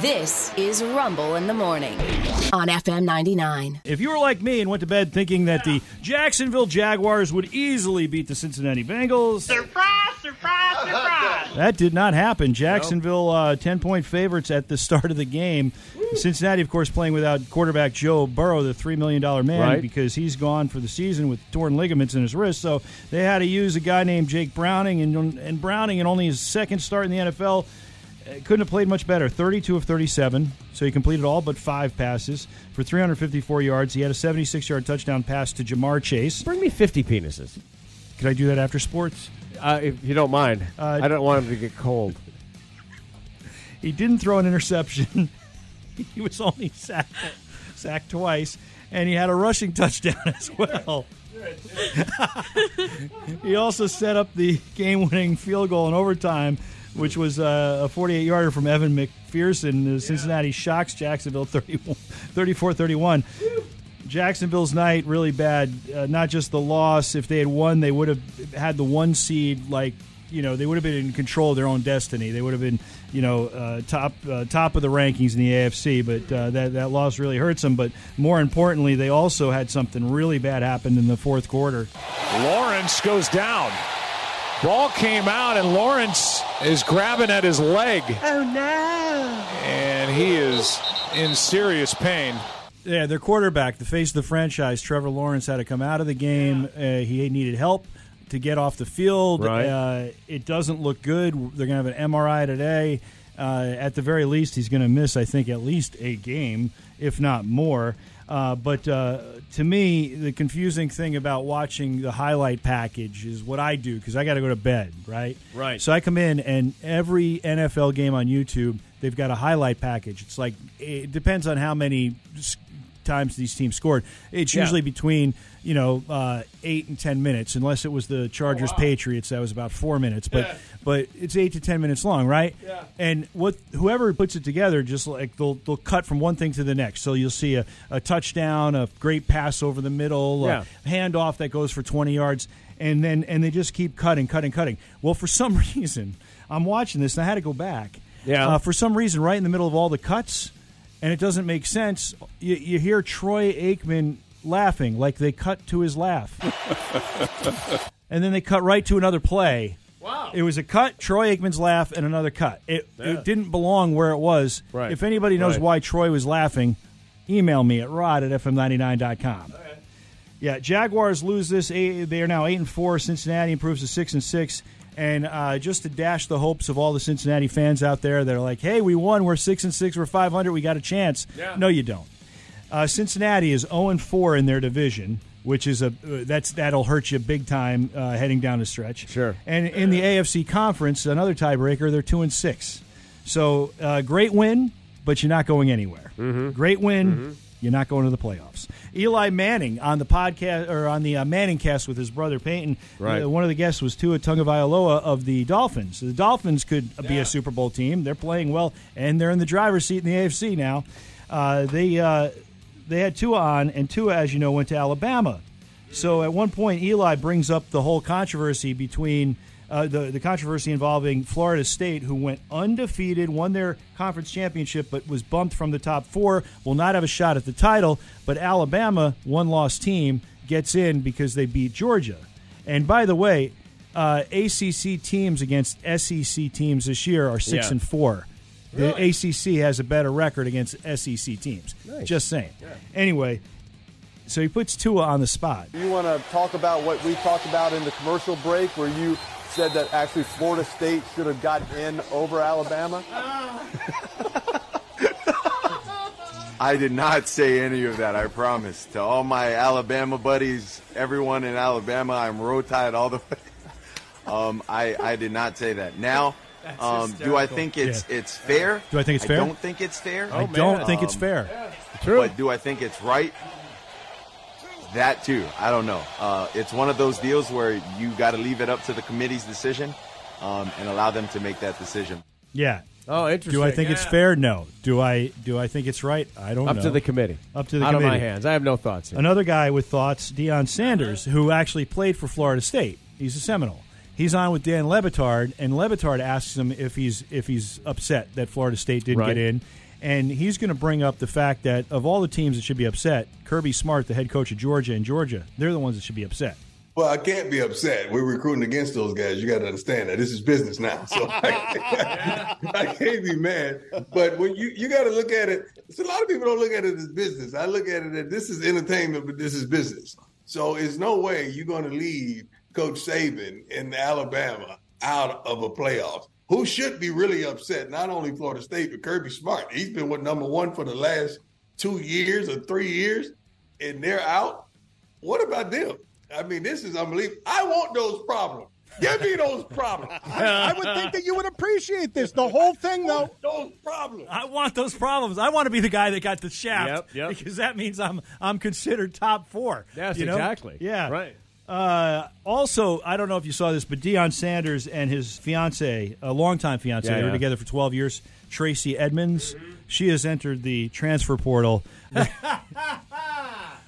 This is Rumble in the Morning on FM 99. If you were like me and went to bed thinking that the Jacksonville Jaguars would easily beat the Cincinnati Bengals, Surprise, surprise, surprise. that did not happen. Jacksonville, uh, 10 point favorites at the start of the game. Cincinnati, of course, playing without quarterback Joe Burrow, the $3 million man, Right. because he's gone for the season with torn ligaments in his wrist. So they had to use a guy named Jake Browning, and, and Browning, in only his second start in the NFL, uh, couldn't have played much better. 32 of 37, so he completed all but five passes for 354 yards. He had a 76 yard touchdown pass to Jamar Chase. Bring me 50 penises, Could I do that after sports? uh, if you don't mind. Uh, I don't want them to get cold. He didn't throw an interception. he was only sacked, sacked twice, and he had a rushing touchdown as well. he also set up the game-winning field goal in overtime, which was uh, a 48-yarder from Evan McPherson. The Cincinnati shocks Jacksonville 31 34-31. Jacksonville's night really bad. Uh, not just the loss. If they had won, they would have had the one seed. Like you know, they would have been in control of their own destiny. They would have been you know uh, top uh, top of the rankings in the AFC. But uh, that that loss really hurts them. But more importantly, they also had something really bad happen in the fourth quarter. Lawrence goes down. Ball came out, and Lawrence is grabbing at his leg. Oh, no. And he is in serious pain. Yeah, their quarterback, the face of the franchise, Trevor Lawrence, had to come out of the game. Uh, he needed help to get off the field. Right. Uh, it doesn't look good. They're going to have an MRI today. Uh, at the very least, he's going to miss, I think, at least a game, if not more. Uh, but uh, to me, the confusing thing about watching the highlight package is what I do because I got to go to bed, right? Right. So I come in, and every NFL game on YouTube, they've got a highlight package. It's like it depends on how many s- times these teams scored. It's Yeah. usually between you know uh, eight and ten minutes, unless it was the Chargers Patriots that was about four minutes. But but it's eight to ten minutes long, right? Yeah. And what whoever puts it together, just like they'll they'll cut from one thing to the next. So you'll see a, a touchdown, a great pass over the middle, Yeah. a uh, handoff that goes for twenty yards, and then and they just keep cutting, cutting, cutting. Well, for some reason, I'm watching this, and I had to go back. Yeah. Uh, for some reason, right in the middle of all the cuts, and it doesn't make sense. You, you hear Troy Aikman laughing, like they cut to his laugh, and then they cut right to another play. Wow! It was a cut, Troy Aikman's laugh, and another cut. It, it didn't belong where it was. Right. If anybody knows Right. why Troy was laughing, email me at rod at fm99.com. Yeah, Jaguars lose this. Eight- They are now eight and four. Cincinnati improves to six and six. And uh, just to dash the hopes of all the Cincinnati fans out there that are like, "Hey, we won. We're six and six. We're five hundred. We got a chance." No, you don't. Uh, Cincinnati is zero and four in their division, which is a uh, that's that'll hurt you big time uh, heading down the stretch. Sure. And in the AFC conference, another tiebreaker, they're two and six. So uh, great win, but you're not going anywhere. Great win, you're not going to the playoffs. Eli Manning on the podcast or on the uh, Manning cast with his brother Peyton. Right. uh, one of the guests was Tua Tungavailoa of the Dolphins. The Dolphins could uh, be a Super Bowl team. They're playing well, and they're in the driver's seat in the AFC now. Uh, they uh, they had Tua on, and Tua, as you know, went to Alabama. So at one point, Eli brings up the whole controversy between uh, the the controversy involving Florida State, who went undefeated, won their conference championship, but was bumped from the top four, will not have a shot at the title. But Alabama, one loss team, gets in because they beat Georgia. And by the way, uh, ACC teams against SEC teams this year are six Yeah. and four. The ACC has a better record against SEC teams. Just saying. Anyway, so he puts Tua on the spot. You want to talk about what we talked about in the commercial break where you said that actually Florida State should have gotten in over Alabama? I did not say any of that, I promise. To all my Alabama buddies, everyone in Alabama, I'm row tied all the way. Um, I, I did not say that. Now, um, do I think it's Yeah. it's fair? Do I think it's fair? I don't think it's fair. Oh, I don't think Um, it's fair. True. But do I think it's right? That too. I don't know. Uh, it's one of those deals where you got to leave it up to the committee's decision um, and allow them to make that decision. Yeah. oh, interesting. Do I think it's fair? No. Do I do I think it's right? I don't Up know. to the committee. Up to the Out of my committee. hands. I have no thoughts. Here. Another guy with thoughts, Deion Sanders, who actually played for Florida State. He's a Seminole. He's on with Dan Lebitard, and Lebitard asks him if he's if he's upset that Florida State didn't Right. get in, and he's going to bring up the fact that of all the teams that should be upset, Kirby Smart, the head coach of Georgia and Georgia, they're the ones that should be upset. Well, I can't be upset. We're recruiting against those guys. You got to understand that this is business now, so I, can't be mad. But when you you got to look at it, it's a lot of people don't look at it as business. I look at it as this is entertainment, but this is business. So it's no way you're going to leave Coach Saban in Alabama out of a playoff. Who should be really upset? Not only Florida State, but Kirby Smart. He's been with number one for the last two years or three years, and they're out what about them? I mean, this is unbelievable. I want those problems. Give me those problems. I would think that you would appreciate this. The whole thing, though. those problems. I want those problems. I want to be the guy that got the shaft Yep, yep. because that means I'm I'm considered top four. Yes, you know? exactly. Yeah, Right. Uh, also, I don't know if you saw this, but Deion Sanders and his fiance, a longtime fiance, Yeah, they were yeah. together for 12 years, Tracy Edmonds. She has entered the transfer portal.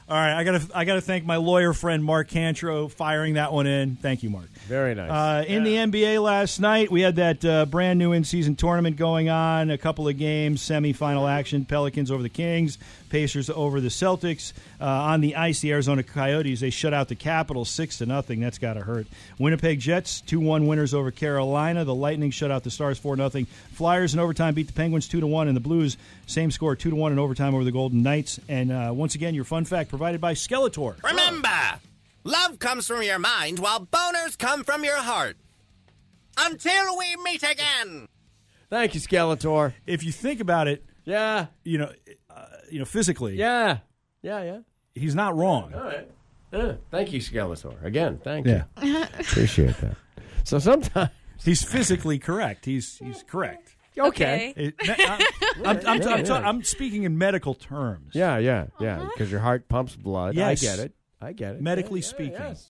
All right, I gotta I gotta thank my lawyer friend Mark Cantro firing that one in. Thank you, Mark. Very nice. Uh, in the NBA last night, we had that uh, brand new in season tournament going on. A couple of games, semifinal action: Pelicans over the Kings, Pacers over the Celtics. Uh, on the ice, the Arizona Coyotes they shut out the Capitals six to nothing. That's got to hurt. Winnipeg Jets two one winners over Carolina. The Lightning shut out the Stars four nothing. Flyers in overtime beat the Penguins two to one, and the Blues same score two to one in overtime over the Golden Knights. And uh, once again, your fun fact provided by Skeletor. Remember, love comes from your mind while boners come from your heart. Until we meet again. Thank you, Skeletor. If you think about it, Yeah, you know, uh, you know physically, yeah, yeah, yeah. he's not wrong. All right. Uh, thank you, Skeletor. Again, thank Yeah. you. Appreciate that. So sometimes, He's physically correct. He's he's correct. okay. It- I, am I'm, I'm, ta- I'm speaking in medical terms. Uh-huh. Yeah, yeah, yeah. Because your heart pumps blood. Yes. I get it. I get it. Medically Yeah, yeah, speaking. yes.